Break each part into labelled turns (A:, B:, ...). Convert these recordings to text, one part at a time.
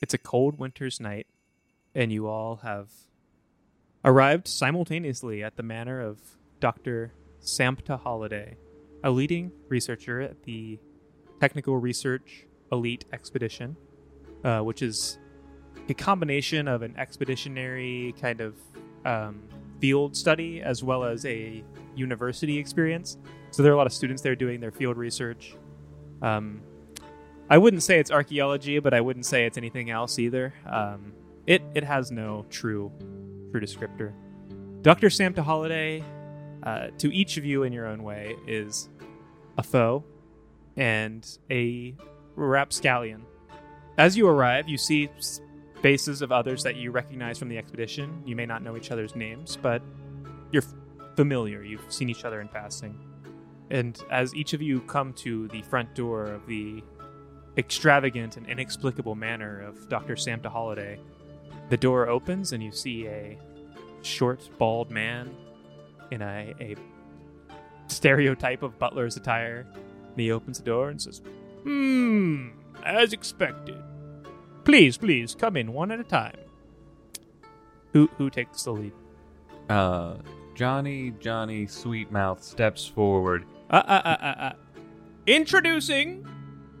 A: It's a cold winter's night, and you all have arrived simultaneously at the manor of Dr. Sampta Holliday, a leading researcher at the Technical Research Elite Expedition, uh, which is a combination of an expeditionary kind of um, field study as well as a university experience. So there are a lot of students there doing their field research. Um, I wouldn't say it's archaeology, but I wouldn't say it's anything else either. Um, it it has no true true descriptor. Dr. Sam to Holiday, uh, to each of you in your own way, is a foe and a rapscallion. As you arrive, you see s- faces of others that you recognize from the expedition. You may not know each other's names, but you're f- familiar. You've seen each other in passing. And as each of you come to the front door of the extravagant and inexplicable manner of Dr. Samta Holliday, the door opens and you see a short, bald man in a, a stereotype of butler's attire. And he opens the door and says, Hmm, as expected. Please, please, come in one at a time. Who who takes the lead?
B: Uh, Johnny, Johnny Sweetmouth steps forward.
A: Uh, uh, uh, uh, uh. Introducing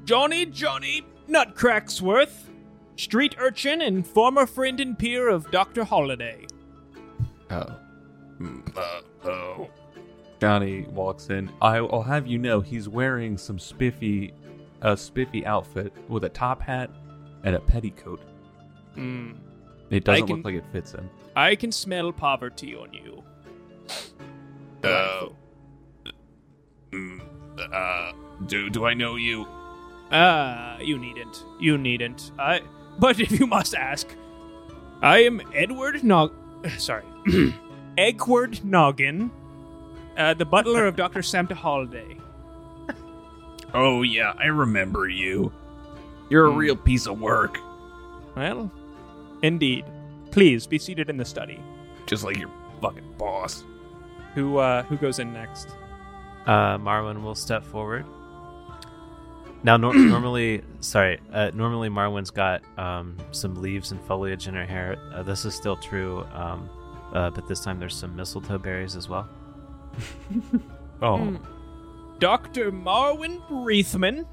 A: Johnny Johnny Nutcracksworth, street urchin and former friend and peer of Dr. Holliday.
B: Oh. Mm, uh, oh. Johnny walks in. I- I'll have you know he's wearing some spiffy, a spiffy outfit with a top hat and a petticoat.
A: Mm,
B: It doesn't
A: can-
B: look like it fits him.
A: I can smell poverty on you.
C: Oh. Mm, uh, do do I know you?
A: Ah, you needn't. You needn't. I. But if you must ask, I am Edward Nog. Sorry, Egward Noggin, uh, the butler of Doctor Samta Holliday.
C: Oh yeah, I remember you. You're
B: Mm.
C: a real piece of work,
A: Well, indeed. Please be seated in the study.
C: just like your fucking boss.
A: Who uh, who goes in next?
D: Uh, Marwin will step forward. Now, nor- normally, sorry, uh, normally Marwin's got um, some leaves and foliage in her hair. Uh, this is still true, um, uh, but this time there's some mistletoe berries as well.
B: Oh,
A: Dr. Marwin Breithman,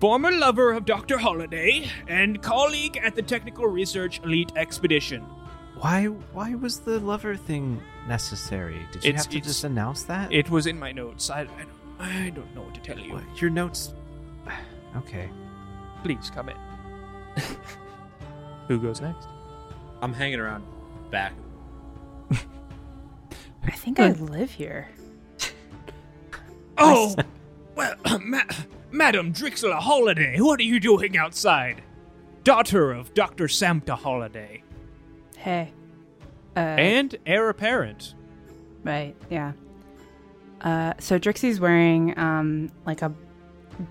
A: former lover of Dr. Holliday and colleague at the Technical Research Elite Expedition.
D: Why? Why was the lover thing necessary? Did you
A: It's-
D: have to
A: it's-
D: just announce that?
A: It was in my notes. I, I, don't, I don't know what to tell you.
D: What- Your notes. Okay.
A: Please come in. Who goes next?
E: I'm hanging around back.
F: I think I live here.
A: Oh, well, ma- Madam Drixla Holiday, what are you doing outside? Daughter of Dr. Samta Holiday
F: Hey. Uh,
A: and heir apparent.
F: Right. Yeah. Uh, so Drixie's wearing um, like a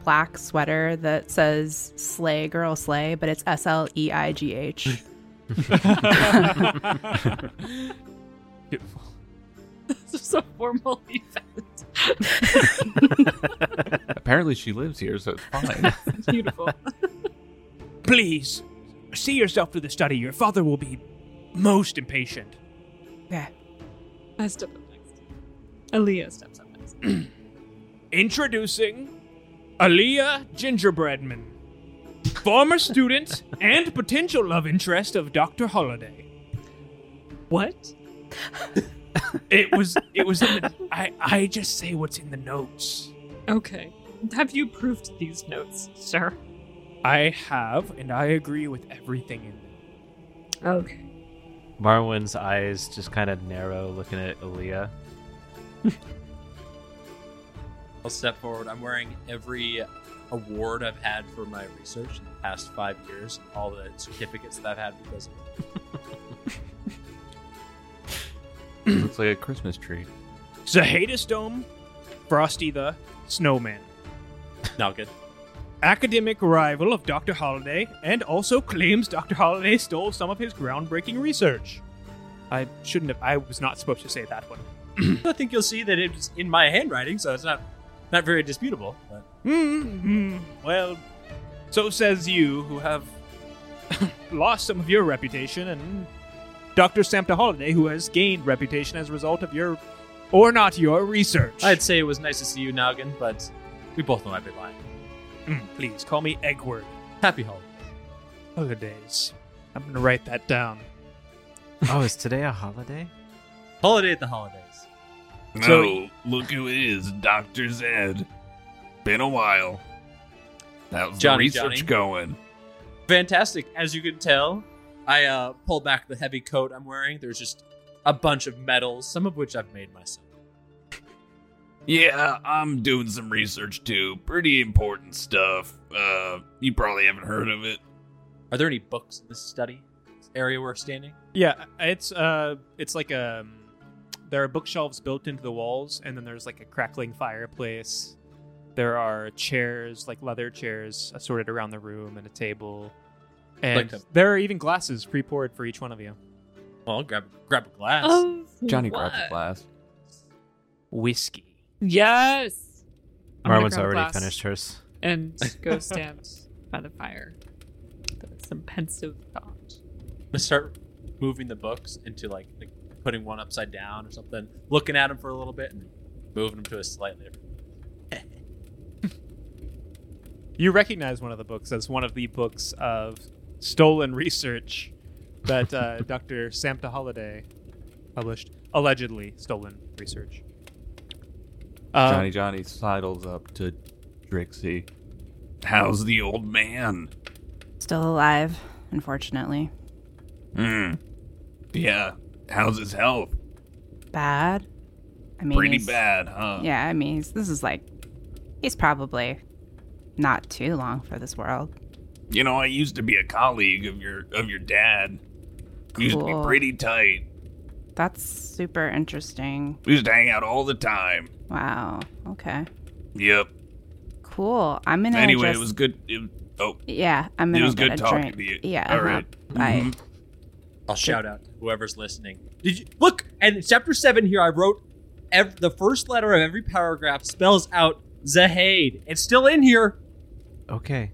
F: black sweater that says "Slay Girl Slay," but it's S L E I G H.
A: Beautiful.
G: This is a formal event.
B: apparently she lives here, so it's fine.
G: It's beautiful.
A: Please, see yourself to the study. Your father will be most impatient.
F: Okay.
G: I step up next. Aaliyah steps up next.
A: Introducing Aaliyah Gingerbreadman, former student and potential love interest of Dr. Holliday.
G: What?
A: It was it was in the, I I just say what's in the notes.
G: Okay. Have you proofed these notes, sir?
A: I have and I agree with everything in them.
G: Okay.
D: Marwin's eyes just kind of narrow, looking at Aaliyah.
E: I'll step forward. I'm wearing every award I've had for my research in the past five years, and all the certificates that I've had because of it.
B: looks like a Christmas tree.
A: Zahadis Dome, Frosty the Snowman,
E: Not good.
A: academic rival of Dr. Holliday and also claims Dr. Holliday stole some of his groundbreaking research. I shouldn't have I was not supposed to say that one.
E: I think you'll see that it's in my handwriting, so it's not not very disputable. But
A: Hmm. hmm. Well, so says you, who have lost some of your reputation, and Dr. Samta Holiday, who has gained reputation as a result of your or not your research.
E: I'd say it was nice to see you, Noggin, but we both know I'd be lying.
A: Mm, please call me Eggward.
E: Happy holidays.
A: Holidays. I'm gonna write that down.
D: oh, is today a holiday?
E: Holiday at the holidays.
C: No,
A: So-
C: look who it is, Doctor Zed. Been a while. That was
E: Johnny,
C: the research
E: Johnny.
C: going.
E: Fantastic. As you can tell, I uh, pulled back the heavy coat I'm wearing. There's just a bunch of medals, some of which I've made myself.
C: Yeah, I'm doing some research too. Pretty important stuff. Uh, you probably haven't heard of it.
E: Are there any books in this study this area we're standing?
A: Yeah, it's uh, it's like um, there are bookshelves built into the walls, and then there's like a crackling fireplace. There are chairs, like leather chairs, assorted around the room, and a table. And
E: Like a-
A: there are even glasses pre-poured for each one of you.
E: Well, I'll grab grab a glass.
G: Oh,
B: Johnny grabs a glass.
A: Whiskey.
G: Yes. I'm gonna
D: Marwin's
G: grab a
D: already
G: glass
D: finished hers.
G: And go stand by the fire. That's some pensive thought.
E: I'm gonna start moving the books into like, like putting one upside down or something, looking at them for a little bit, and moving them to a slightly different.
A: You recognize one of the books as one of the books of stolen research that uh, Dr. Samta Holiday published, allegedly stolen research. Um,
F: Uh,
B: Johnny Johnny sidles up to Drixie.
C: How's the old man?
F: Still alive, unfortunately.
C: Hmm. Yeah. How's his health?
F: Bad. I mean,
C: Pretty
F: he's-
C: bad, huh?
F: Yeah, I mean, he's, this is like, he's probably not too long for this world.
C: You know, I used to be a colleague of your of your dad. We used to be
F: Cool.
C: pretty tight.
F: That's super interesting.
C: We used to hang out all the time.
F: Wow. Okay.
C: Yep.
F: Cool. I'm gonna.
C: anyway,
F: just-
C: it was good. It, oh,
F: Yeah, I'm
C: it
F: gonna.
C: was
F: get
C: good
F: a
C: talking
F: drink.
C: to you.
F: Yeah.
C: All
F: uh-huh.
C: right.
F: Bye.
C: Mhm.
E: I'll shout out to whoever's listening. Did you look? And in chapter seven here, I wrote ev- the first letter of every paragraph spells out Zahade. It's still in here.
D: Okay.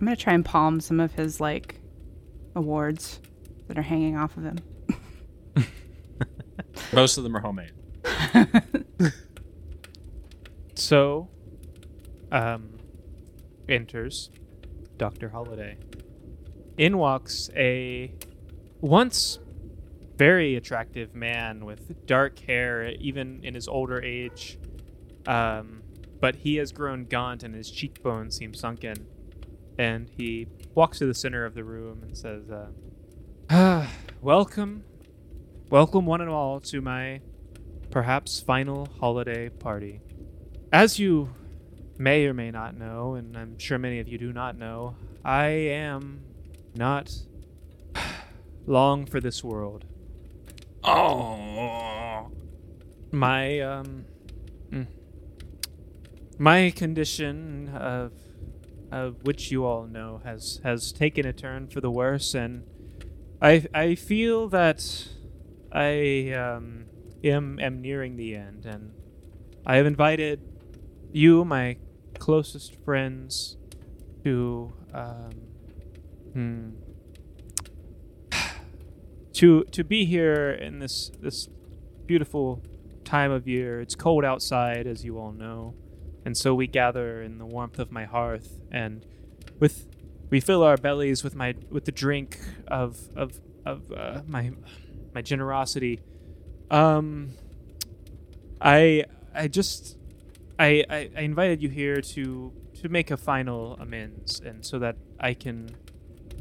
F: I'm gonna try and palm some of his like awards that are hanging off of him.
E: Most of them are homemade.
A: So, um, enters Dr. Holiday. In walks a once very attractive man with dark hair, even in his older age. Um, but he has grown gaunt and his cheekbones seem sunken. And he walks to the center of the room and says, uh, "Ah, Welcome, welcome one and all to my perhaps final holiday party. As you may or may not know, and I'm sure many of you do not know, I am not long for this world.
C: Oh.
A: My um, mm, my condition of of which you all know has has taken a turn for the worse, and I I feel that I um am am nearing the end, and I have invited you, my closest friends, to um, hmm, to to be here in this this beautiful time of year. It's cold outside, as you all know, and so we gather in the warmth of my hearth, and with we fill our bellies with my with the drink of of of uh, my my generosity. Um, I I just I, I I invited you here to to make a final amends, and so that I can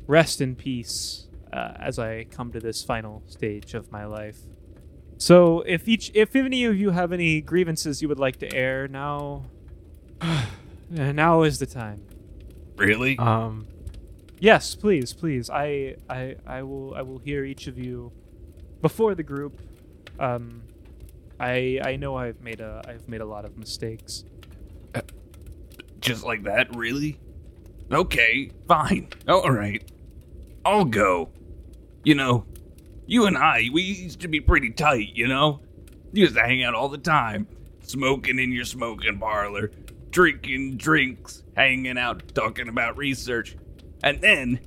A: rest in peace uh, as I come to this final stage of my life. So if each if any of you have any grievances you would like to air now eh, now is the time.
C: Really?
D: Um.
A: Yes, please, please. I I I will I will hear each of you before the group. Um I I know I've made a I've made a lot of mistakes.
C: Just like that? Really? Okay, fine. Oh, All right. I'll go. You know, you and I, we used to be pretty tight, you know? Used to hang out all the time, smoking in your smoking parlor, drinking drinks, hanging out, talking about research. And then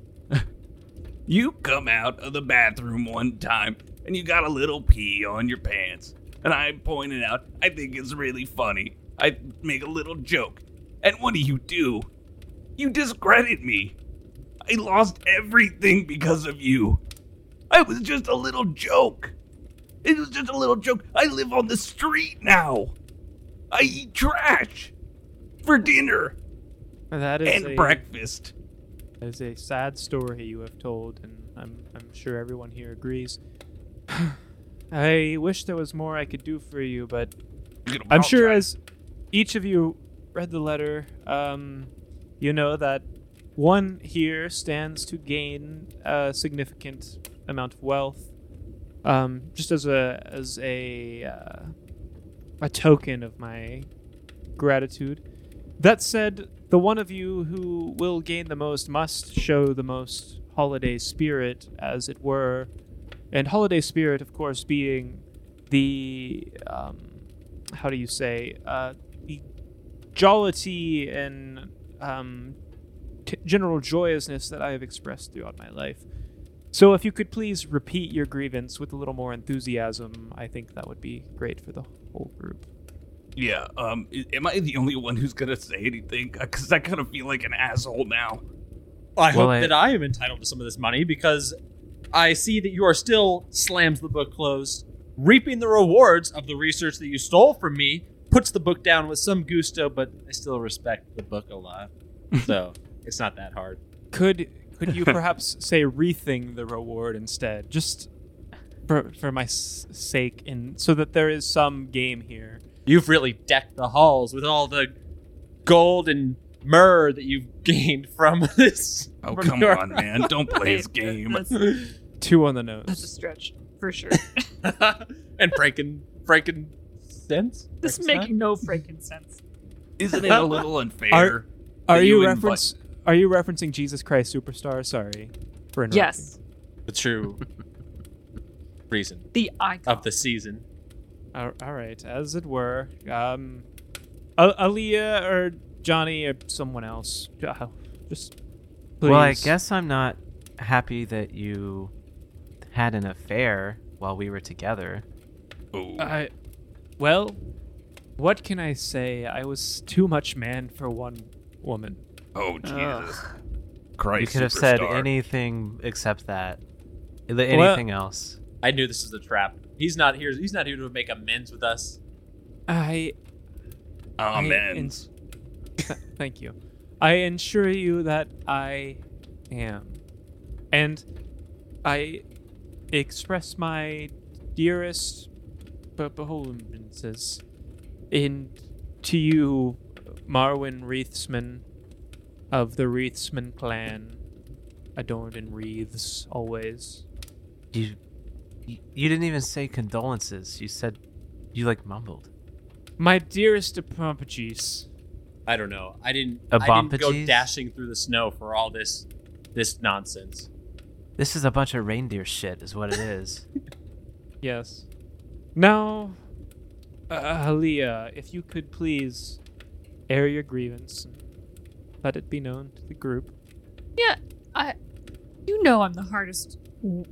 C: You come out of the bathroom one time and you got a little pee on your pants. And I pointed out, I think it's really funny. I make a little joke. And what do you do? You discredit me. I lost everything because of you. I was just a little joke. It was just a little joke. I live on the street now. I eat trash for dinner
A: That is
C: and
A: a,
C: breakfast.
A: that is a sad story you have told, and I'm I'm sure everyone here agrees. I wish there was more I could do for you, but
C: You can
A: I'm sure
C: apologize.
A: as each of you read the letter, um, you know that one here stands to gain a significant amount of wealth, um, just as a as a uh, a token of my gratitude. That said, the one of you who will gain the most must show the most holiday spirit, as it were, and holiday spirit, of course, being the um, how do you say uh, the jollity and um, t- general joyousness that I have expressed throughout my life. So, if you could please repeat your grievance with a little more enthusiasm, I think that would be great for the whole group.
C: Yeah, um, i- am I the only one who's gonna say anything? Because I kind of feel like an asshole now.
E: I
D: Well,
E: hope
D: I-
E: that I am entitled to some of this money because I see that you are still slams the book closed, reaping the rewards of the research that you stole from me. Puts the book down with some gusto, but I still respect the book a lot. So it's not that hard.
A: Could could you perhaps say rething the reward instead, just for for my s- sake, and so that there is some game here?
E: You've really decked the halls with all the gold and myrrh that you've gained from this.
C: Oh
E: from
C: come
E: your-
C: on, man! Don't play his game.
G: That's, that's
A: Two on the nose.
G: a stretch for sure.
E: and franken franken sense.
G: this is making no freaking sense.
C: Isn't it a little unfair?
A: Are-
C: that
A: Are you,
C: invite-
A: reference? Are you referencing Jesus Christ Superstar? Sorry for interrupting.
G: Yes,
E: the true reason
G: the icon.
E: of the season.
A: Al- all right, as it were. Um, A- Aaliyah or Johnny or someone else. Uh, Just please.
D: Well, I guess I'm not happy that you had an affair while we were together.
C: Oh,
A: I, well, what can I say? I was too much man for one woman.
C: oh Jesus! Christ!
D: you could have said
C: superstar.
D: anything except that. Th-
A: Well-
D: Anything else?
E: I knew this was a trap. He's not here. He's not here to make amends with us.
A: I
C: Oh, Amen.
A: ins- Th- Thank you. I ensure you that I am. And I express my dearest be- beholdences in to you, Marwin Wreathsman of the Wreathsman clan, adorned in wreaths always.
D: You, you, you didn't even say condolences. You said, you like mumbled.
A: My dearest apologies.
E: I don't know. I didn't.
D: A
E: I didn't go
D: bompages?
E: dashing through the snow for all this, this nonsense.
D: This is a bunch of reindeer shit, is what it is.
A: Yes. Now, uh, Halia, if you could please air your grievance and let it be known to the group.
G: You know I'm the hardest w-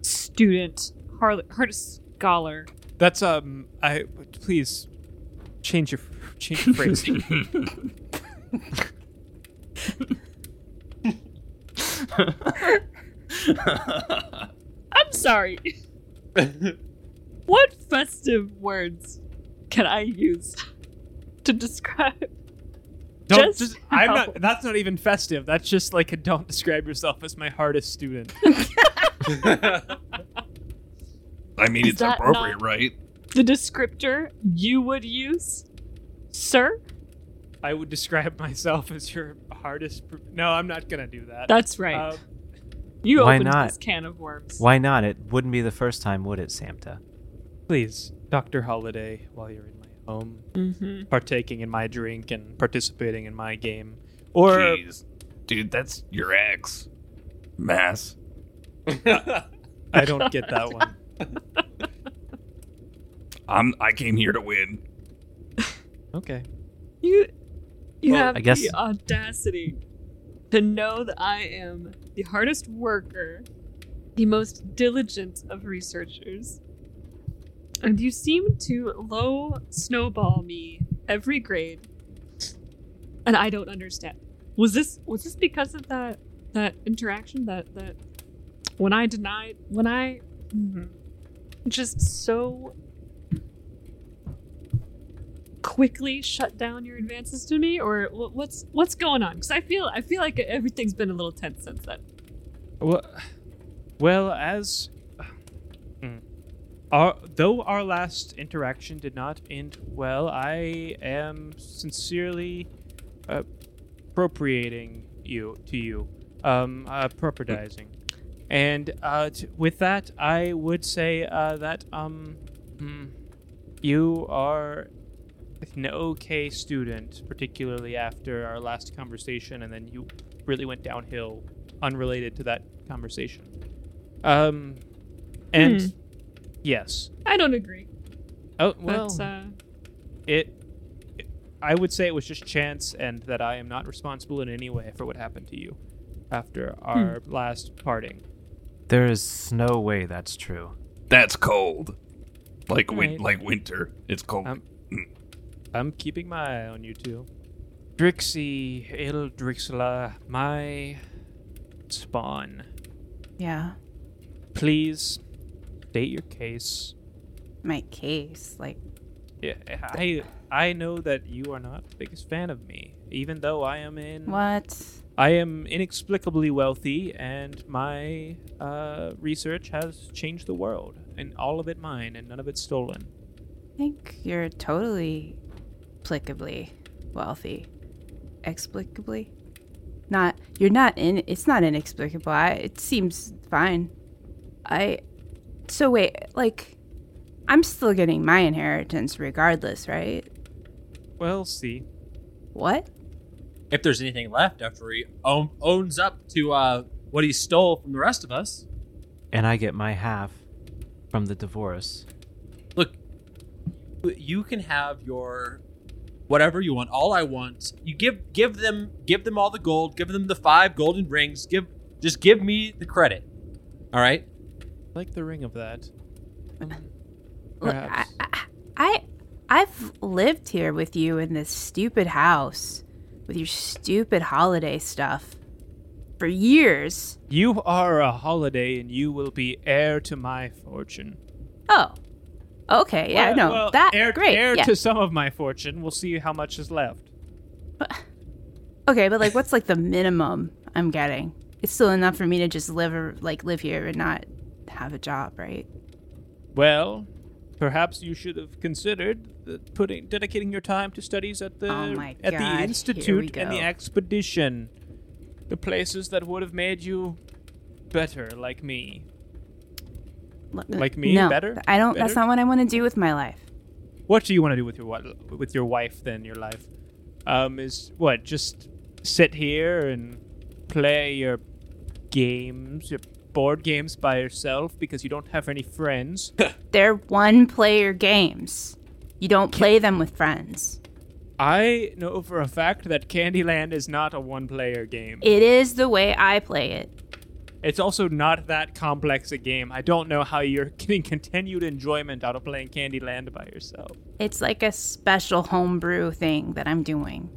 G: student, har- hardest scholar.
A: That's um, I please change your change your phrase.
G: I'm sorry. what festive words can I use to describe?
A: Don't
G: Just
A: just, I'm
G: how-
A: not. That's not even festive. That's just like a don't describe yourself as my hardest student.
C: I mean,
G: Is
C: it's
G: that
C: appropriate,
G: not-
C: right?
G: The descriptor you would use, sir?
A: I would describe myself as your hardest. Pr- no, I'm not gonna do that.
G: That's right.
A: Um,
G: you
D: Uh, why
G: opened
D: not?
G: this can of worms.
D: Why not? It wouldn't be the first time, would it, Samta?
A: please, Doctor Holiday, while you're in my home,
G: Mm-hmm.
A: partaking in my drink and participating in my game. Or
C: Jeez. dude, that's your ex. Mass.
A: I don't get that one.
C: I'm. I came here to win.
A: Okay.
G: You, you
A: Well,
G: have
D: I guess-
G: the audacity to know that I am the hardest worker, the most diligent of researchers. And you seem to low snowball me every grade. And I don't understand. Was this was this because of that that interaction that that when I denied when I Mhm. just so quickly shut down your advances to me or wh- what's what's going on because i feel i feel like everything's been a little tense since then
A: Well, well as Hmm. our, though our last interaction did not end well, I am sincerely appropriating you to you, um, appropriating, and uh, t- with that, I would say uh, that um, hmm, you are an okay student, particularly after our last conversation, and then you really went downhill unrelated to that conversation. Um, and
G: Hmm.
A: yes.
G: i don't agree
A: Oh well,
G: but uh,
A: it, it. I would say it was just chance, and that I am not responsible in any way for what happened to you after our last parting.
D: There is no way that's true.
C: That's cold. Like win-
A: Right.
C: like winter. It's cold.
A: Um, I'm keeping my eye on you two. Drixie, Il Drixla, my spawn.
F: Yeah.
A: Please state your case.
F: My case. Like,
A: Yeah, I I know that you are not the biggest fan of me, even though I am in
F: what?
A: I am inexplicably wealthy, and my uh, research has changed the world, and all of it mine, and none of it stolen.
F: I think you're totally explicably wealthy. Explicably? Not you're not in it's not inexplicable. I, it seems fine. I so wait, like I'm still getting my inheritance regardless, right?
A: Well, see,
F: What?
E: If there's anything left after he own, owns up to uh, what he stole from the rest of us,
D: And I get my half from the divorce.
E: look, you can have your whatever you want. All I want, you give give them give them all the gold. Give them the five golden rings. Give just give me the credit. All right.
A: like the ring of that. Um,
F: Look, I,
A: perhaps.
F: I, I I've lived here with you in this stupid house with your stupid holiday stuff for years.
A: You are a holiday, and you will be heir to my fortune.
F: Oh. Okay, yeah,
A: Well-
F: no.
A: Uh, well,
F: that
A: heir,
F: great.
A: Heir
F: yeah.
A: to some of my fortune. We'll see how much is left.
F: Okay, but like, what's like the minimum I'm getting? It's still enough for me to just live, or, like, live here and not have a job, right?
A: Well, perhaps you should have considered the- putting dedicating your time to studies at the
F: Oh my
A: at
F: God, here
A: the
F: we
A: institute and the
F: go.
A: expedition, the places that would have made you better, like me.
F: L- uh,
A: Like me,
F: no,
A: better?
F: I don't. That's
A: Better?
F: not what I want to do with my life.
A: What do you want to do with your wi- with your wife then? Your life um, is what? Just sit here and play your games, your board games by yourself because you don't have any friends.
F: They're one-player games. You don't play them with friends.
A: I know for a fact that Candyland is not a one-player game.
F: It is the way I play it.
A: It's also not that complex a game. I don't know how you're getting continued enjoyment out of playing Candyland by yourself.
F: It's like a special homebrew thing that I'm doing.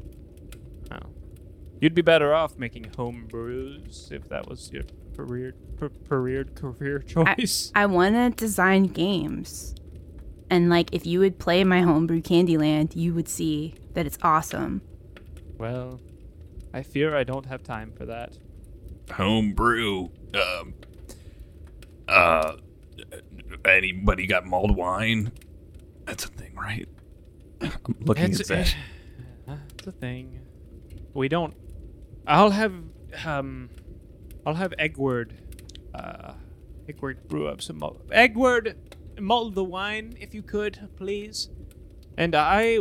A: You'd be better off making home brews if that was your career per- career career choice.
F: I want to design games. And like, if you would play my homebrew Candyland, you would see that it's awesome.
A: well, I fear I don't have time for that.
C: Homebrew. Um. Uh. Anybody got mulled wine? That's a thing, right? I'm looking at that.
A: That's a thing. We don't. I'll have um, I'll have Eggward, uh, Eggward brew up some malt. Eggward, mull the wine if you could, please. And I,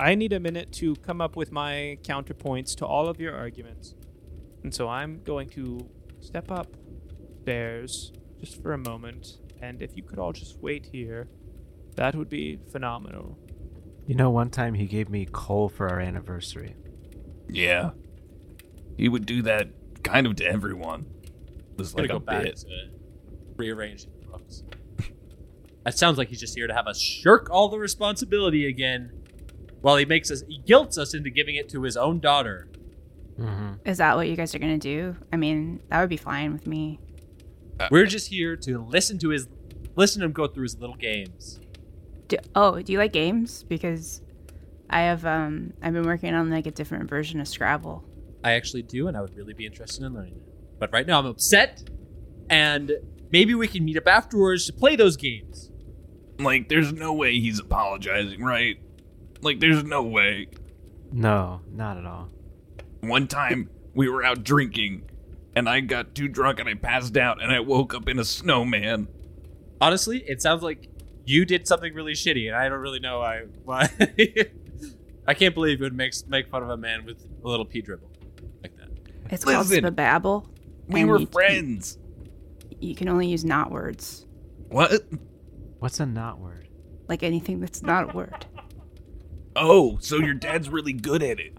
A: I need a minute to come up with my counterpoints to all of your arguments, and so I'm going to step up bears just for a moment. And if you could all just wait here, that would be phenomenal.
D: You know, one time he gave me coal for our anniversary.
C: Yeah. He would do that kind of to everyone. It was
E: Gonna
C: like
E: go
C: a
E: back
C: bit.
E: to rearranging the books. That sounds like he's just here to have us shirk all the responsibility again, while he makes us he guilts us into giving it to his own daughter.
D: Mm-hmm.
F: Is that what you guys are gonna do? I mean, that would be fine with me.
E: We're just here to listen to his listen to him go through his little games.
F: Do, oh, do you like games? Because I have um I've been working on like a different version of Scrabble.
E: I actually do, and I would really be interested in learning that. But right now, I'm upset, and maybe we can meet up afterwards to play those games.
C: Like, there's no way he's apologizing, right? Like, there's no way.
D: No, not at all.
C: One time we were out drinking, and I got too drunk and I passed out, and I woke up in a snowman.
E: Honestly, it sounds like you did something really shitty, and I don't really know why. why. I can't believe you would make make fun of a man with a little pee dribble like that.
F: It's
C: Listen.
F: called Bababble.
C: We
F: And
C: were
F: you-
C: friends.
F: You can only use not words,
C: What?
D: What's a not word?
F: like anything that's not a word.
C: Oh, so your dad's really good at it.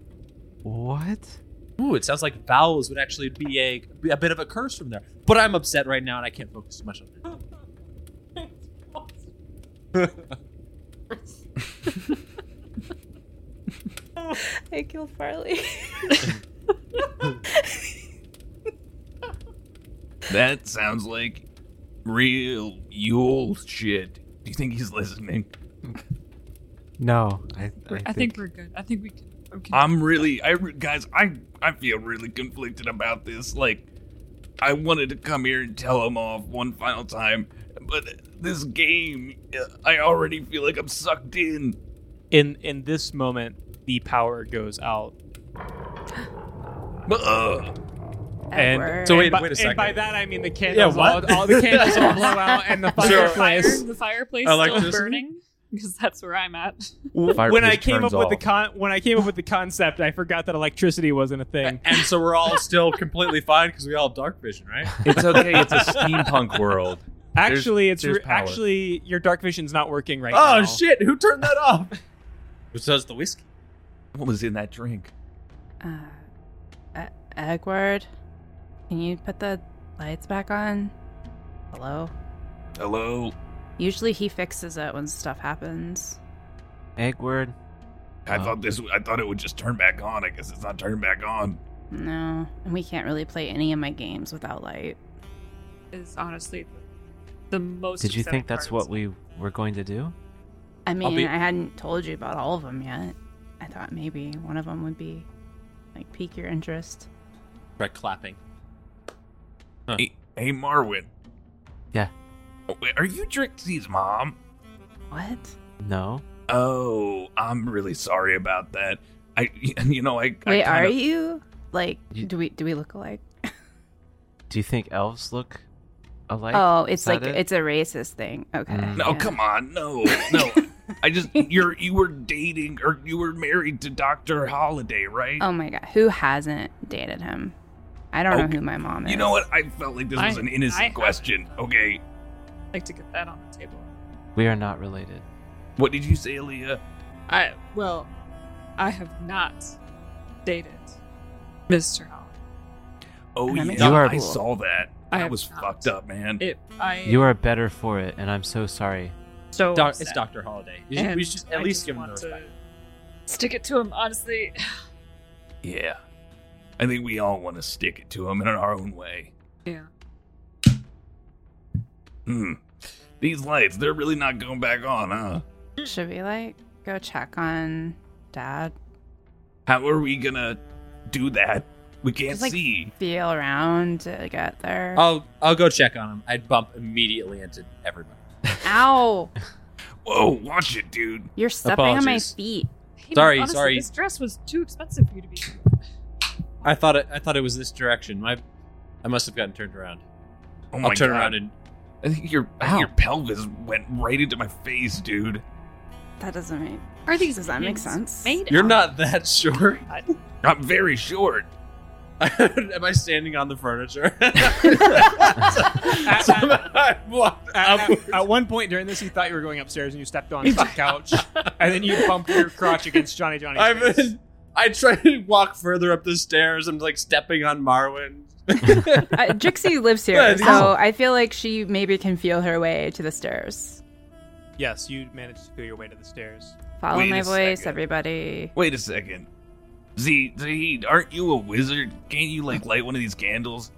D: What?
E: Ooh, it sounds like vowels would actually be a be a bit of a curse from there. But I'm upset right now, and I can't focus too much on that.
F: I killed Farley.
C: That sounds like real Yule shit. Do you think he's listening?
D: No, I, I,
G: We're- I think we're good. I think we can. we can-
C: I'm really, I re- guys, I I feel really conflicted about this. Like, I wanted to come here and tell him off one final time, but this game, uh, I already feel like I'm sucked in.
A: In in this moment, the power goes out,
C: Ugh.
A: and
F: So
E: wait,
A: and by-
E: wait a
A: And by
E: second.
A: that I mean the candles.
E: Yeah, what?
A: All, all the candles all blow out, and the
G: Is the
A: fireplace.
G: fire, the fireplace still
E: Electricity?
G: burning because that's where I'm at.
A: when I
B: Fireplace
A: came up
B: turns
A: with the
B: off.
A: con- when I came up with the concept, I forgot that electricity wasn't a thing.
E: And so we're all still completely fine because we all have dark vision, right?
B: It's okay. It's a steampunk world.
A: Actually, it's
B: there's
A: re-
B: power.
A: actually your dark vision's not working right now.
E: Oh shit! Who turned that off? Besides the whiskey.
C: What was in that drink?
F: Uh, uh, Edward, can you put the lights back on? Hello.
C: Hello,
F: Usually he fixes it when stuff happens.
D: egg word.
C: I
D: Oh.
C: thought this. I thought it would just turn back on. I guess it's not turned back on.
F: No, and we can't really play any of my games without light.
G: Is honestly the most.
D: Did you
G: upsetting
D: think that's
G: part.
D: what we were going to do?
F: I mean,
E: be-
F: I hadn't told you about all of them yet. I thought maybe one of them would be like pique your interest.
E: Right, clapping.
C: Hey, hey, Marwin.
D: Yeah.
C: Oh, wait, Are you Trixie's mom?
F: What?
D: No.
C: Oh, I'm really sorry about that. I, you know, I. I
F: Wait,
C: kinda-
F: are you? Like,
D: You-
F: do we do we look alike?
D: Do you think elves look alike?
F: oh, it's
D: Is that
F: like
D: it?
F: it's a racist thing. Okay.
D: Mm.
C: No, come on, no, no. I just you're you were dating or you were married to Doctor Holiday, right?
F: Oh my god, who hasn't dated him? I don't know
C: Okay.
F: who my mom is.
C: you know what? I felt like this was
G: I-
C: an
G: I
C: innocent
G: haven't.
C: question. Okay,
G: I'd like to get that on the table.
D: We are not related.
C: what did you say, Leah?
G: I well, I have not dated Mr. Hall.
C: Oh
F: That
C: yeah,
F: makes
D: You are-
C: I saw that.
G: I
C: I
G: have
C: was
G: not.
C: fucked up, man.
G: It I
D: You are better for it, and I'm so sorry.
G: so
E: Doc-
G: upset.
E: it's Doctor Holiday. You should-
G: And
E: we should at
G: I
E: least
G: just
E: give him the
G: want
E: respect.
G: To stick it to him, honestly.
C: yeah, I think we all want to stick it to him in our own way.
G: Yeah.
C: Hmm. These lights—they're really not going back on, huh?
F: Should we like go check on dad?
C: How are we gonna do that? We can't
F: Just, like,
C: see.
F: Feel around to get there.
C: Oh.
E: I'll I'll go check on him. I'd bump immediately into everybody.
F: Ow!
C: Whoa, watch it, dude.
F: You're stepping on my
E: Apologies.
F: feet.
G: Hey,
E: Sorry,
G: honestly,
E: sorry.
G: This dress was too expensive for you to be.
E: I thought it I thought it was this direction. My I must have gotten turned around.
C: Oh my
E: I'll turn
C: God.
E: around and
C: I think your I think your pelvis went right into my face, dude.
F: That doesn't make.
G: Are these
F: Does that make
G: pins
F: sense?
G: Made
E: you're
G: out-
E: not that short.
C: I'm very short.
E: Am I standing on the furniture?
A: At, at-
E: I walked
A: at-
E: upward.
A: at one point during this, you thought you were going upstairs, and you stepped on the couch, and then you bumped your crotch against Johnny Johnny's
E: I'm
A: face.
E: in, I try to walk further up the stairs. I'm like stepping on Marwin.
F: Uh, Drixie lives here,
E: Good.
F: so
E: Ow.
F: I feel like she maybe can feel her way to the stairs.
A: Yes, you managed to feel your way to the stairs.
F: Follow
C: Wait
F: my
C: a
F: voice,
C: second.
F: everybody.
C: Wait a second. Z, Zahid, aren't you a wizard? Can't you, like, light one of these candles?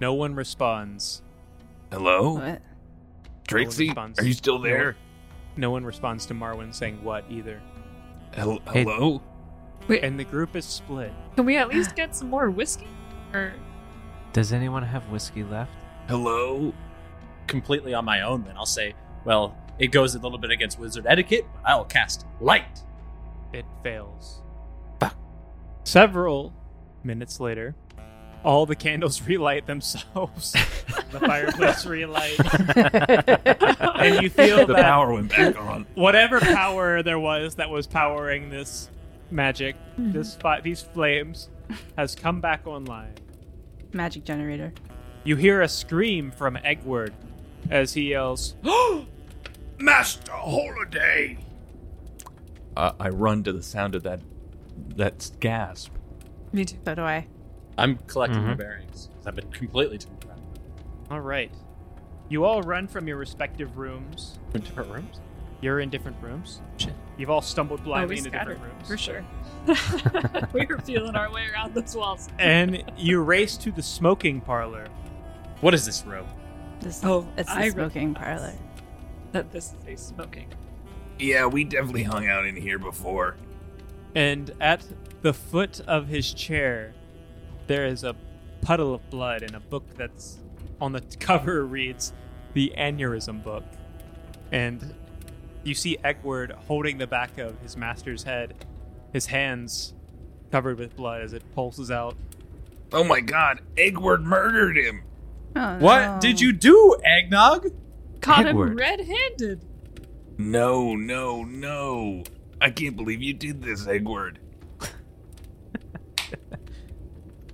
A: No one responds.
C: Hello?
F: What?
C: Trixie?
A: response.
C: Are you still
A: No.
C: there?
A: No one responds to Marwin saying what either.
C: Hel-
D: Hey.
C: Hello?
A: And the group is split.
G: Can we at least get some more whiskey? Or
D: Does anyone have whiskey left?
C: Hello?
E: Completely on my own, then I'll say, well, it goes a little bit against wizard etiquette, but I'll cast light.
A: It fails. Several minutes later, all the candles relight themselves. the fireplace relights. And you feel
C: The
A: that
C: power went back on.
A: whatever power there was that was powering this magic, this fi- these flames, has come back online.
F: Magic generator.
A: You hear a scream from Egbert as he yells,
C: Master Holiday!
B: Uh, I run to the sound of that that gasp.
G: me too.
F: So do I.
E: I'm collecting my
D: Mhm.
E: bearings. 'cause I've been completely to the ground.
A: All right. You all run from your respective rooms.
E: different rooms.
A: You're in different rooms. You've all stumbled
G: Oh,
A: blindly
G: we
A: into
G: scattered
A: different rooms.
G: for sure. we were feeling our way around those walls.
A: and you race to the smoking parlor.
E: What is this room?
F: This is,
G: Oh,
F: it's the
G: I
F: smoking
G: recognize.
F: parlor.
G: That this is a smoking.
C: Yeah, we definitely hung out in here before.
A: And at the foot of his chair, there is a puddle of blood and a book that's on the cover reads the aneurysm book. And you see Egbert holding the back of his master's head, his hands covered with blood as it pulses out.
C: Oh my god, Egbert murdered him!
F: Oh, no.
E: What did you do, Eggnog?
G: Caught him
D: Edward.
G: red-handed.
C: No, no, no. I can't believe you did this, Egbert.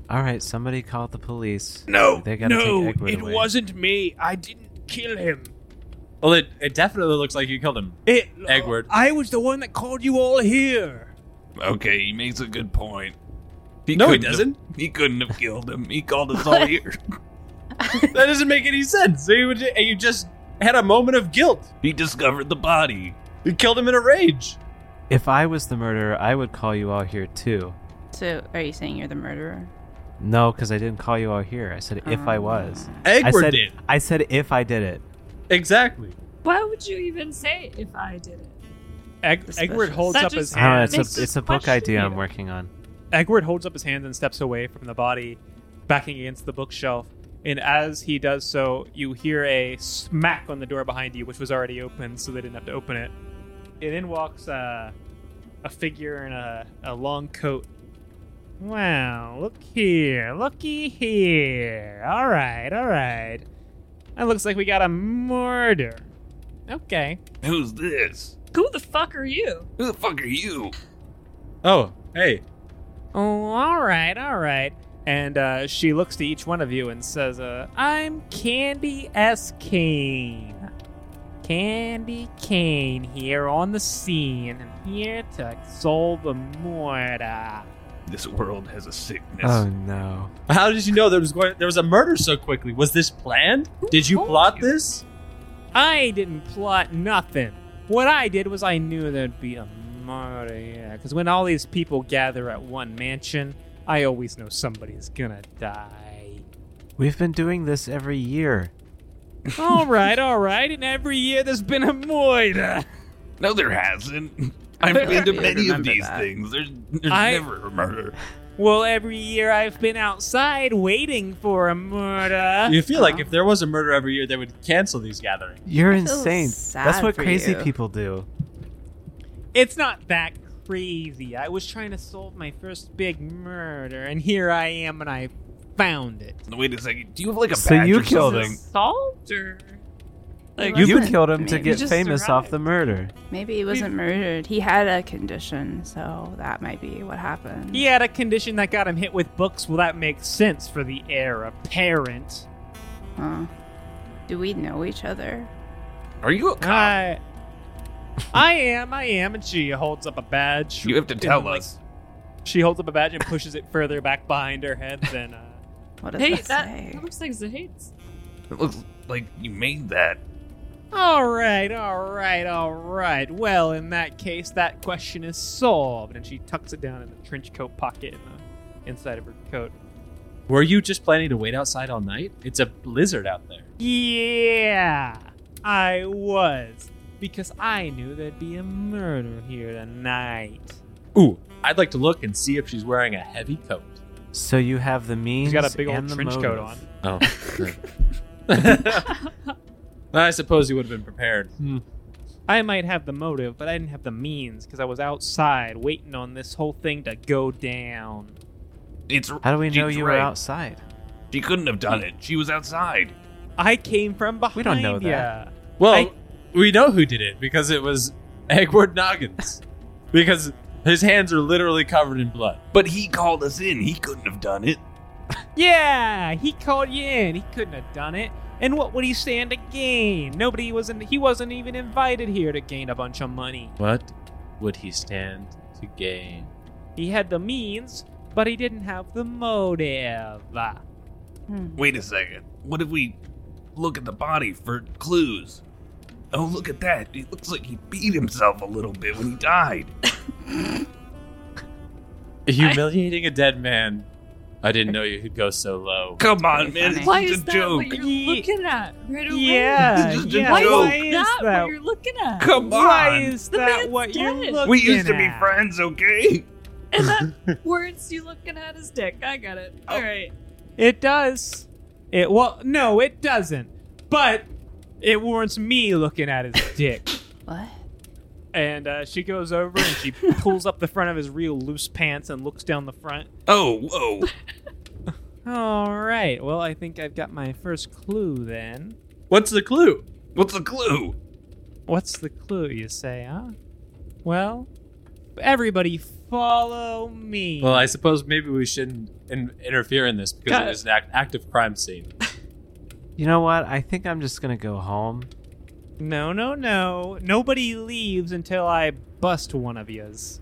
D: All right, somebody call the police.
C: No,
D: They gotta
C: no,
D: take Egbert
C: it
D: away.
C: wasn't me. I didn't kill him.
E: Well, it, it definitely looks like you killed him.
A: It,
E: Egbert.
A: I was the one that called you all here.
C: Okay, he makes a good point. He
E: No, he
C: couldn't have-
E: doesn't.
C: he couldn't have killed him. He called us all here.
E: that doesn't make any sense. You, would, you just had a moment of guilt.
C: He discovered the body.
E: You killed him in a rage.
D: If I was the murderer, I would call you all here too.
F: So, are you saying you're the murderer?
D: No, because I didn't call you all here. I said if
F: Mm.
D: I was. I
E: Egbert
D: said
E: did.
D: I said if I did it.
E: Exactly.
G: Why would you even say if I did it?
A: Eg-
F: Suspicious.
A: Egbert holds
G: That
A: up his
G: just-
D: I don't know,
A: hands.
D: Oh, it's
G: Makes
D: a it's a
G: us
D: book
G: question
D: idea I'm
G: you.
D: working on.
A: Egbert holds up his hands and steps away from the body, backing against the bookshelf. And as he does so, you hear a smack on the door behind you, which was already open, so they didn't have to open it. And in walks uh, a figure in a, a long coat. Wow, look here, looky here. All right, all right. That looks like we got a murder. Okay.
C: Who's this?
G: Who the fuck are you?
C: Who the fuck are you?
E: Oh, hey.
A: Oh, all right, all right. And uh, she looks to each one of you and says, uh, I'm Candy S. Kane. Candy Kane here on the scene. I'm here to solve a murder.
C: This world has a sickness.
D: Oh no.
E: How did you know there was going, there was a murder so quickly? Was this planned? Did you
G: told
E: plot
G: you?
E: this?
A: I didn't plot nothing. What I did was I knew there'd be a murder, yeah. Because when all these people gather at one mansion, I always know somebody's gonna die.
D: We've been doing this every year.
A: all right, all right. And every year there's been a
D: Oh.
A: murder.
C: No, there hasn't. I've been to
F: Yeah,
C: many of
F: remember
C: these
F: that.
C: things. There's, there's
A: I-
C: never a murder.
A: Well, every year I've been outside waiting for a
G: Uh,
A: murder.
E: You feel like
G: uh-huh.
E: if there was a murder every year, they would cancel these gatherings.
D: You're
F: I feel
D: insane. That's
F: sad
D: what
F: for
D: crazy
F: you.
D: people do.
A: It's not that crazy. I was trying to solve my first big murder, and here I am, and I found it.
C: Wait a second. Do you have like a
D: So
C: badge
D: you
C: or
D: killed
C: something?
D: him.
G: Solved or like
F: You
D: You
F: Wasn't,
D: killed him
F: I
D: to
F: mean,
D: get
G: just
D: famous off
G: arrived.
D: the murder.
F: Maybe he wasn't murdered. He had a condition, so that might be what happened.
A: He had a condition that got him hit with books. Well, that makes sense for the heir apparent.
F: Huh. Do we know each other?
C: Are you a cop?
A: I, I am, I am, and she holds up a badge.
C: you have to
A: in,
C: tell
A: like,
C: us.
A: She holds up a badge and pushes it further back behind her head than uh,
F: What does
G: Hey,
F: that,
G: that,
F: say?
G: that looks like Zahate's.
C: It looks like you made that.
A: All right, all right, all right. Well, in that case, that question is solved. And she tucks it down in the trench coat pocket in the inside of her coat.
E: Were you just planning to wait outside all night? It's a blizzard out there.
A: Yeah, I was. Because I knew there'd be a murder here tonight.
E: Ooh, I'd like to look and see if she's wearing a heavy coat.
D: So you have the
A: She's
D: means.
A: got a big old
D: and the
A: trench coat
D: motive.
A: on.
E: Oh. I suppose you would have been prepared.
A: I might have the motive, but I didn't have the means because I was outside waiting on this whole thing to go down.
C: It's
D: How do we know
C: she's
D: you were
C: right.
D: outside?
C: She couldn't have done it. She was outside.
A: I came from behind
D: We don't know
A: ya.
D: that.
E: Well,
A: I-
E: we know who did it because it was Egbert Noggins. because his hands are literally covered in blood.
C: But he called us in. He couldn't have done it.
A: Yeah, he called you in. He couldn't have done it. And what would he stand to gain? Nobody wasn't. He wasn't even invited here to gain a bunch of money.
E: What would he stand to gain?
A: He had the means, but he didn't have the motive.
F: Hmm.
C: Wait a second. What if we look at the body for clues? Oh, look at that. It looks like he beat himself a little bit when he died.
E: Humiliating a dead man. I didn't know you could go so low.
C: Come on,
F: Pretty
C: man.
F: funny.
C: It's
G: Why
C: just
G: is
C: a
G: that
C: joke.
G: what you're
A: Ye-
G: looking at right away?
A: Yeah,
C: This is just a
A: yeah.
G: Why,
C: joke.
A: Why
G: is
A: is
G: that,
A: that?
G: what you're looking at?
C: Come on.
A: Why is
G: The
A: that
G: man's
A: what you're
G: dead.
A: looking
C: we used to be
A: at?
C: friends, okay?
G: and that words you looking at is dick. I got it.
C: Oh,
G: All right.
A: It does. It well, no, it doesn't. But it warrants me looking at his dick.
F: What?
A: and uh, she goes over and she pulls up the front of his real loose pants and looks down the front.
C: Oh, whoa.
A: All right. Well, I think I've got my first clue then.
E: What's the clue?
C: What's the clue?
A: What's the clue, you say, huh? Well, everybody follow me.
E: Well, I suppose maybe we shouldn't in- interfere in this because
A: Got
E: it
A: it.
E: is an act- active crime scene.
D: You know what? I think I'm just gonna go home.
A: No, no, no. Nobody leaves until I bust one of yous.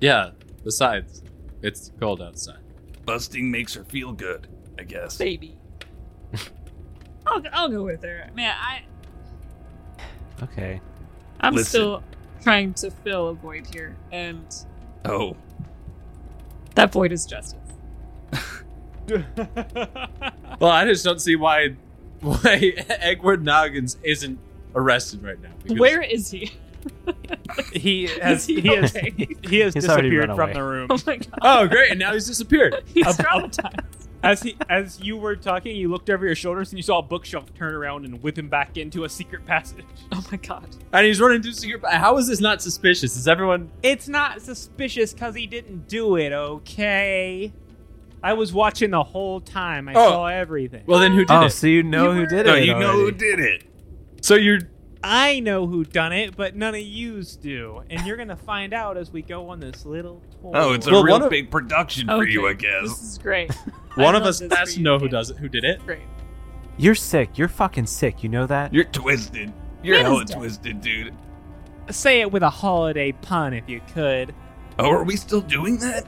E: Yeah. Besides, it's cold outside.
C: Busting makes her feel good, I guess.
G: Baby. I'll, I'll go with her. Man, I,
D: Okay.
G: I'm
C: Listen.
G: still trying to fill a void here, and
C: Oh.
G: that void is justice.
E: Well, I just don't see why why Edward Noggins isn't arrested right now. because-
G: Where is he?
A: he has
G: Is he
A: he has
G: okay?
A: he has
D: He's already
A: disappeared
D: run
A: from
D: away.
A: the room.
G: Oh my god,
E: Oh, great! And now he's disappeared.
G: he's
A: Up- up-
G: traumatized.
A: As he as you were talking, you looked over your shoulders and you saw a bookshelf turn around and whip him back into a secret passage.
G: Oh my god.
E: And he's running through secret. How is this not suspicious? Is everyone?
A: It's not suspicious because he didn't do it, okay? I was watching the whole time. I
E: Oh.
A: saw everything.
E: Well, then who did
D: Oh,
E: it?
D: so you know
G: You
D: who
G: were-
D: did
C: No,
D: it?
C: you know who
D: already.
C: did it.
E: so you're
A: I know who done it, but none of yous do. And you're going to find out as we go on this little tour.
C: Oh, it's a
E: Well,
C: real
E: one of-
C: big production for you, I
G: This
C: guess.
G: is great.
E: one
G: I
E: of
G: love
E: us
G: this
E: has
G: for
E: to
G: you,
E: know who
G: Cam.
E: does it. Who did it?
G: Great.
D: You're sick. You're fucking sick. You know that?
C: You're twisted. You're
G: Man is
C: hella
G: dead.
C: twisted, dude.
A: Say it with a holiday pun if you could.
C: Oh, are we still doing that?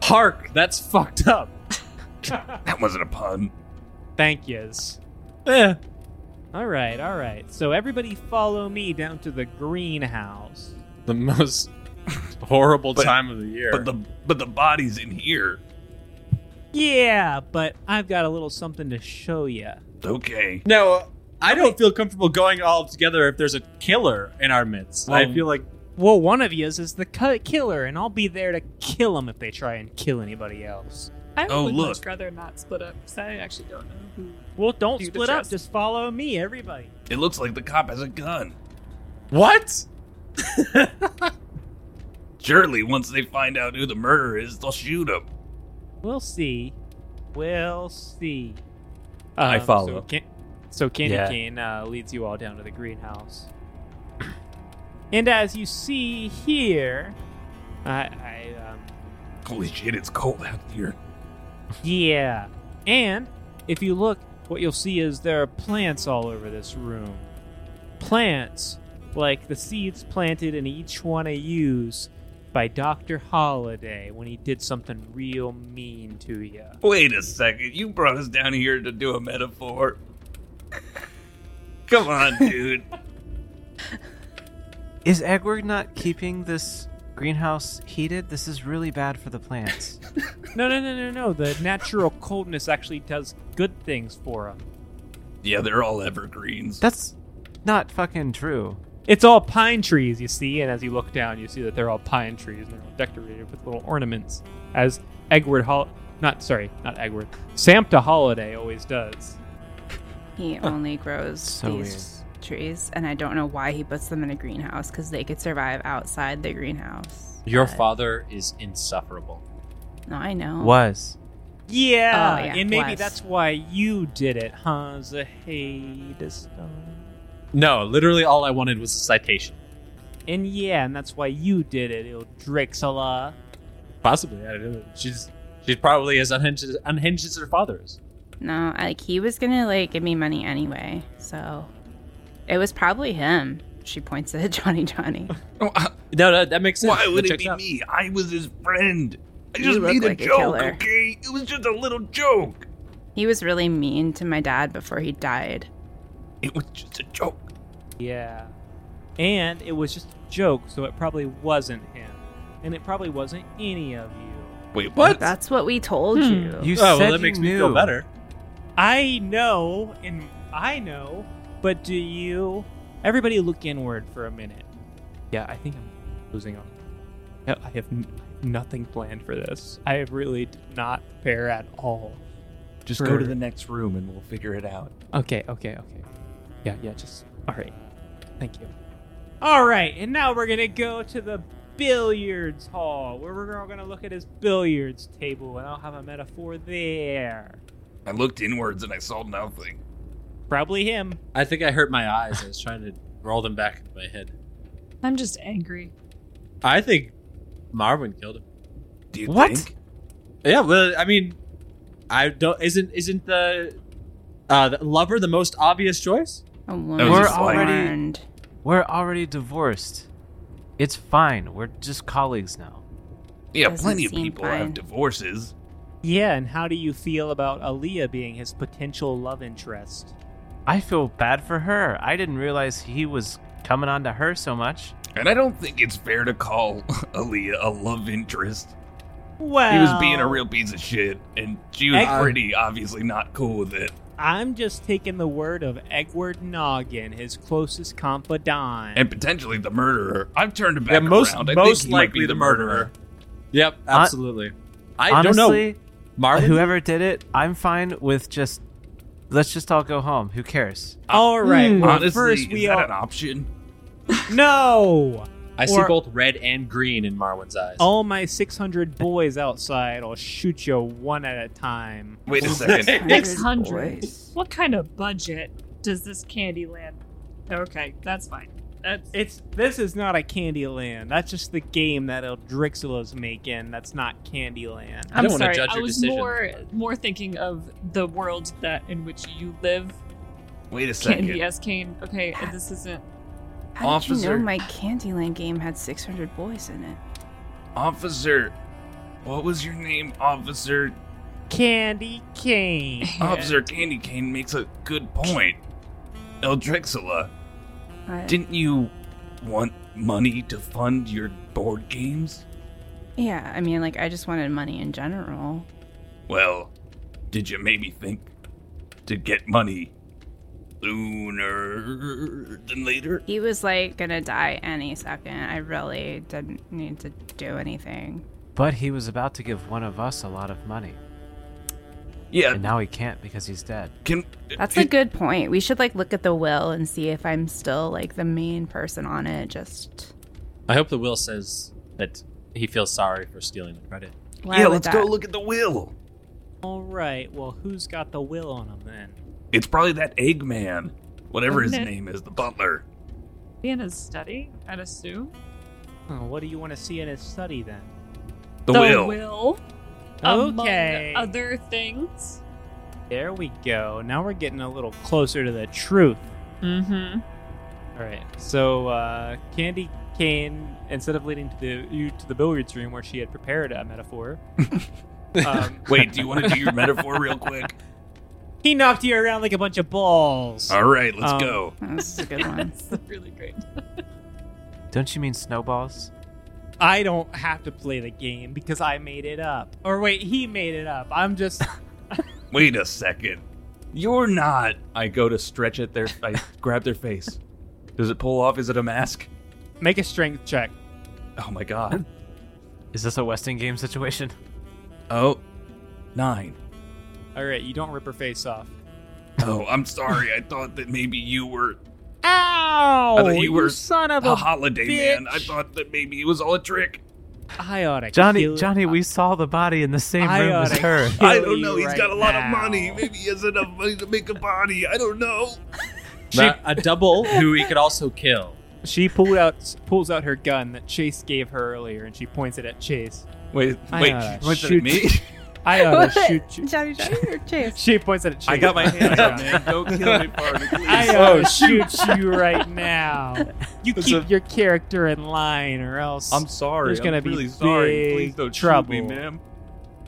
E: Hark! That's fucked up.
C: That wasn't a pun.
A: Thank yous.
E: Eh.
A: All right, all right. So everybody follow me down to the greenhouse.
E: The most horrible
C: But-
E: time of the year.
C: But the but the body's in here.
A: Yeah, but I've got a little something to show you.
C: Okay.
E: no, uh, I don't feel comfortable going all together if there's a killer in our midst. I
A: Well-
E: feel like
A: Well, one of yous is the cu- killer, and I'll be there to kill him if they try and kill anybody else.
G: I
C: Oh,
G: would
C: look.
G: much rather not split up because I actually don't know who.
A: Well, don't
G: Do the
A: split up.
G: trust.
A: Just follow me, everybody.
C: It looks like the cop has a gun.
E: what?
C: Surely once they find out who the murderer is, they'll shoot him.
A: We'll see. We'll see.
E: I
A: Um,
E: follow.
A: So, Can- so Candy
D: Yeah.
A: Cane uh, leads you all down to the greenhouse. and as you see here, I, I um,
C: Holy shit, it's cold out here.
A: Yeah. And if you look, what you'll see is there are plants all over this room. Plants, like the seeds planted in each one of yous, by Dr. Holiday when he did something real mean to you.
C: Wait a second. You brought us down here to do a metaphor. Come on, dude.
D: Is Edward not keeping this greenhouse heated? This is really bad for the plants.
A: No, no, no, no, no. The natural coldness actually does good things for him.
C: yeah, they're all evergreens.
D: That's not fucking true.
A: It's all pine trees, you see, and as you look down, you see that they're all pine trees and they're all decorated with little ornaments, as Egward Hol- not sorry, not Egward, Samta Holiday always does.
F: He only grows
D: So
F: these trees, and I don't know why he puts them in a greenhouse because they could survive outside the greenhouse.
E: Your
F: But-
E: father is insufferable.
F: No, I know.
D: Was.
A: Yeah,
F: Oh, yeah,
A: and maybe
F: was.
A: that's why you did it, huh, Zahadistan?
E: No, literally all I wanted was a citation.
A: And yeah, and that's why you did it, Il Drixala.
E: Possibly, I don't know. She's she's probably as unhinged as, unhinged as her father is.
F: No, like he was gonna like give me money anyway, so it was probably him. She points at Johnny Johnny.
C: Oh, I-
E: No, no, that makes sense.
C: Why
E: That
C: would it
E: checks
C: be
E: out.
C: me? I was his friend. I
F: You
C: just
F: look
C: made
F: like
C: a
F: a
C: joke,
F: killer.
C: okay? It was just a little joke.
F: He was really mean to my dad before he died.
C: It was just a joke.
A: Yeah. And it was just a joke, so it probably wasn't him. And it probably wasn't any of you.
C: Wait,
F: That's what we told
C: Hmm.
F: you.
D: You
E: oh, well,
D: said you
E: that makes
D: knew.
E: me feel better.
A: I know, and I know, but do you? Everybody, look inward for a minute. Yeah, I think I'm losing on. Yeah, Oh, I have n- nothing planned for this. I have really did not prepare at all.
B: Just
A: For-
B: go to the next room and we'll figure it out.
A: Okay, okay, okay. Yeah, yeah, just. All right. Thank you. All right, and now we're going to go to the billiards hall where we're all going to look at his billiards table, and I'll have a metaphor there.
C: I looked inwards and I saw nothing.
A: Probably him.
E: I think I hurt my eyes. I was trying to roll them back into my head.
G: I'm just angry.
E: I think Marwin killed him.
C: Do you
A: What?
C: think?
E: Yeah, well, I mean, I don't. Isn't isn't the uh the lover the most obvious choice?
F: A
C: That
F: woman
C: was
F: We're
C: just like-
F: already
D: We're already divorced. It's fine. We're just colleagues now.
C: Yeah,
F: Doesn't
C: plenty of
F: seem
C: people
F: fine.
C: have divorces.
A: Yeah, and how do you feel about Aaliyah being his potential love interest?
D: I feel bad for her. I didn't realize he was coming on to her so much.
C: And I don't think it's fair to call Aaliyah a love interest.
A: Well,
C: He was being a real piece of shit, and she was
A: Egg-
C: pretty obviously not cool with it.
A: I'm just taking the word of Edward Noggin, his closest confidant.
C: And potentially the murderer. I've turned it back
E: yeah, most
C: around. I think
E: most
C: he might
E: likely
C: be
E: the murderer. Yep, absolutely. I
D: Honestly,
E: don't know, Marwin.
D: whoever did it, I'm fine with just. Let's just all go home. Who cares?
A: all right, well,
C: uh, hmm. Honestly,
A: first
C: is
A: we
C: that
A: all
C: an option?
A: no.
E: I see
A: or-
E: both red and green in Marwin's eyes.
D: Oh,
A: All my 600 boys outside, I'll shoot you one at a time.
C: Wait a second.
G: Six
F: 600
G: hundred.
F: boys.
G: What kind of budget does this Candyland? Okay, that's fine. That's
A: It's this is not a Candyland. That's just the game that Eldrixula's making. That's not Candyland.
E: I
G: I'm
E: don't wanna
G: sorry.
E: judge
G: I
E: your
G: was
E: decision.
G: more more thinking of the world that in which you live.
C: Wait a second.
G: Candy as Kane. Okay, this isn't.
F: How did you
C: Officer.
F: know my Candyland game had 600 boys in it?
C: Officer, what was your name, Officer?
A: Candy cane.
C: Officer Candy Cane makes a good point. Eldrixila,
F: But-
C: didn't you want money to fund your board games?
F: yeah, I mean, like I just wanted money in general.
C: Well, did you maybe think to get money sooner than later?
F: He was like gonna die any second. I really didn't need to do anything.
D: But he was about to give one of us a lot of money.
E: Uh,
C: Yeah,
D: And now he can't because he's dead.
C: can
F: That's a good point. We should like look at the will and see if I'm still like the main person on it. Just
E: I hope the will says that he feels sorry for stealing the credit.
F: why
C: yeah.
F: would
C: Let's go
F: that-
C: look at the will.
A: All right. Well, who's got the will on him then?
C: It's probably that Eggman, whatever his
G: Eggman.
C: name is, the butler.
G: Be in his study, I'd assume.
A: Oh, what do you want to see in his study then?
C: The, will.
A: Okay.
G: Among other things.
A: There we go. Now we're getting a little closer to the truth.
G: Mm-hmm.
A: All right. So uh, Candy Kane, instead of leading to the you to the billiards room where she had prepared a metaphor, um,
C: Wait, do you want to do your metaphor real quick?
A: he knocked you around like a bunch of balls.
C: All right, let's
A: Um,
C: go.
F: Oh, this is a good one.
G: That's really great.
D: Don't you mean snowballs?
A: I don't have to play the game because I made it up. Or wait, he made it up. I'm just
C: Wait a second. You're not. I go to stretch at their. I grab their face. Does it pull off? Is it a mask?
A: make a strength check.
C: Oh my god.
D: Is this a Westing game situation?
C: Oh, nine.
A: All right, you don't rip her face off.
C: Oh, I'm sorry. I thought that maybe you were
A: Ow!
C: I thought you were
A: son of
C: a holiday man. I
A: bitch.
C: thought that maybe it was all a trick.
A: I oughta
D: Johnny,
A: kill-
D: Johnny, we saw the body in the same
A: I
D: room as
A: oughta
D: her.
A: kill
C: I don't know.
A: you
C: He's got a
A: right
C: lot
A: now.
C: of money. Maybe he has enough money to make a body. I don't know.
E: She- a double who he could also kill.
A: She pulled out pulls out her gun that Chase gave her earlier, and she points it at Chase.
C: Wait,
A: I
C: wait.
A: oughta
C: she pointed
A: shoot
C: at me.
A: I oughta shoot you.
F: Johnny, Johnny, or Chase?
A: She points it at Chase.
C: I got my hands up,
A: on
C: man. Don't kill me, partner. Please.
A: I
E: Oh,
A: oughta shoot you right now. You
C: That's
A: keep
C: a-
A: your character in line, or else
C: I'm sorry.
A: There's gonna
C: I'm
A: be
C: really sorry.
A: big
C: Please don't
A: trouble.
C: shoot me, ma'am.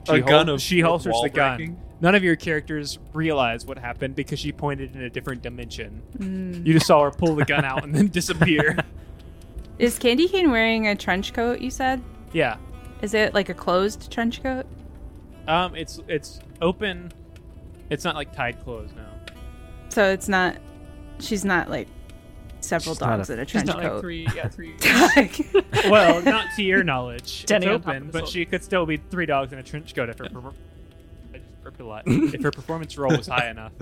A: She
E: a
A: hol-
E: gun of
A: she holsters
E: wall
A: the gun.
E: breaking?
A: None of your characters realize what happened because she pointed in a different dimension.
F: Mm.
A: You just saw her pull the gun out and then disappear.
F: Is Candy Cane wearing a trench coat? You said.
A: yeah.
F: Is it like a closed trench coat?
A: Um it's it's open. It's not like tied closed now.
F: So it's not. She's not like several
D: She's not
F: dogs
D: a-
F: in a
G: She's
F: trench
G: not like
F: coat.
G: three, yeah, three.
A: Well, not to your knowledge. It's
G: Standing on top
A: open,
G: of the
A: but
G: sofa.
A: she could still be three dogs in a trench coat if her per- I just burped a lot. if her performance roll was high enough.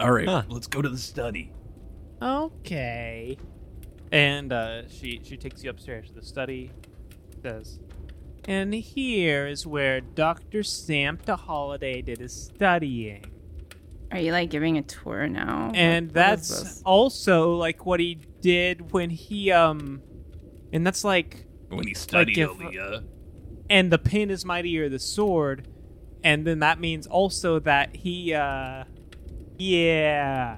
C: All right,
D: Huh.
C: let's go to the study.
A: Okay. And uh, she she takes you upstairs to the study. Says, and here is where Doctor Santa Holiday did his studying,
F: Are you like giving a tour now? What-
A: and
F: what is
A: that's
F: this?
A: also like what he did when he um, and that's like
C: When he studied uh,
A: if-
C: Aaliyah.
A: and the pin is mightier the sword, and then that means also that he uh, yeah.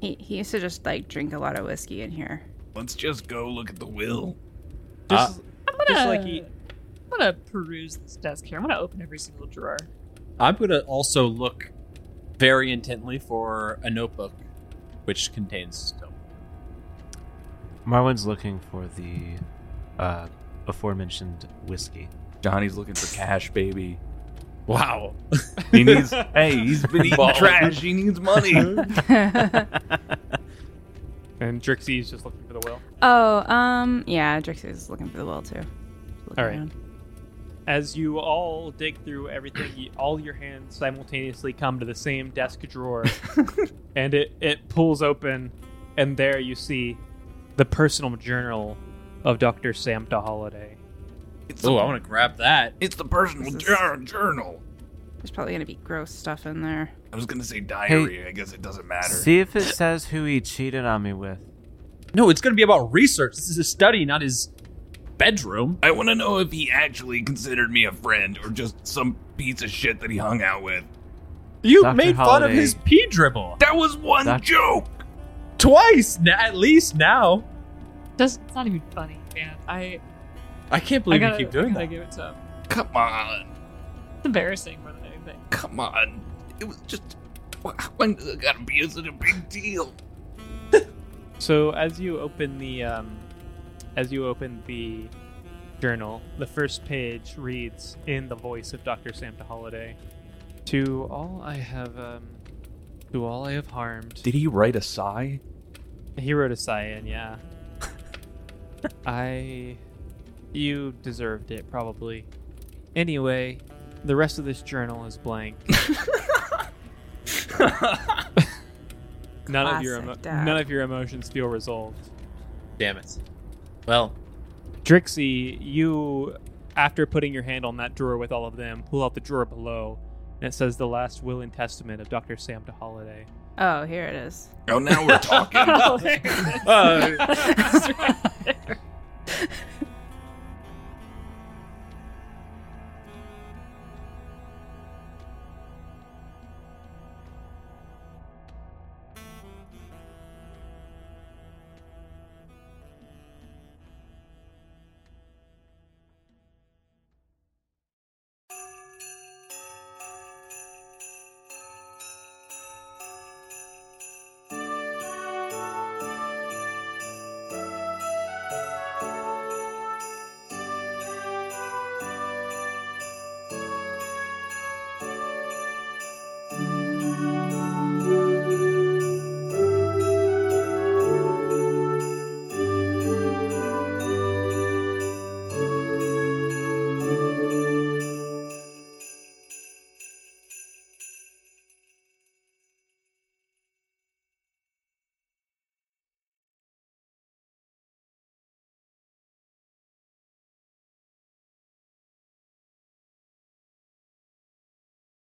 F: He, he used to just like drink a lot of whiskey in here.
C: Let's just go look at the will.
A: Just,
G: I'm gonna,
A: just like he,
G: I'm gonna peruse this desk here. I'm gonna open every single drawer.
E: I'm gonna also look very intently for a notebook, which contains still.
D: Marwin's looking for the uh, aforementioned whiskey.
B: Johnny's looking for cash, baby.
E: Wow.
C: He needs. hey, he's been eating trash. He needs money.
A: and Drixie's just looking for the will.
F: oh, um, yeah, Drixie's looking for the will too. Looking
A: All right.
F: around.
A: As you all dig through everything, you, all your hands simultaneously come to the same desk drawer, and it, it pulls open, and there you see the personal journal of Dr. Sam Holiday.
C: It's
E: Oh,
C: the-
E: I want to grab that.
C: It's the personal
F: This is-
C: jour- journal.
F: There's probably gonna be gross stuff in there.
C: I was gonna say diary. I guess it doesn't matter.
D: See if it says who he cheated on me with.
E: No, it's gonna be about research. This is his study, not his bedroom.
C: I want to know if he actually considered me a friend or just some piece of shit that he hung out with.
E: You
D: Dr.
E: made fun of
D: Holliday.
E: his pee dribble
C: That was one
D: That-
C: joke.
E: twice, na- at least now.
G: Does it's not even funny, man. I
E: I can't
G: I
E: believe
G: gotta,
E: you keep doing
G: I gotta
E: that.
G: give it to him.
C: Come on,
G: It's embarrassing more than anything.
C: come on. It was just. why- When does it gotta be such a big deal?
A: So as you open the um, as you open the journal, the first page reads in the voice of Dr. Sam Holiday. To all I have um, to all I have harmed.
B: Did he write a sigh?
A: He wrote a sigh in, yeah. I. You deserved it, probably. Anyway, the rest of this journal is blank. none of your emo-
F: Classic dad.
A: none of your emotions feel resolved.
E: Damn it. Well,
A: Drixie, you, after putting your hand on that drawer with all of them, pull out the drawer below, and it says the last will and testament of Dr. Sam Holiday.
F: Oh, here it is.
C: Oh, now we're talking.
E: uh,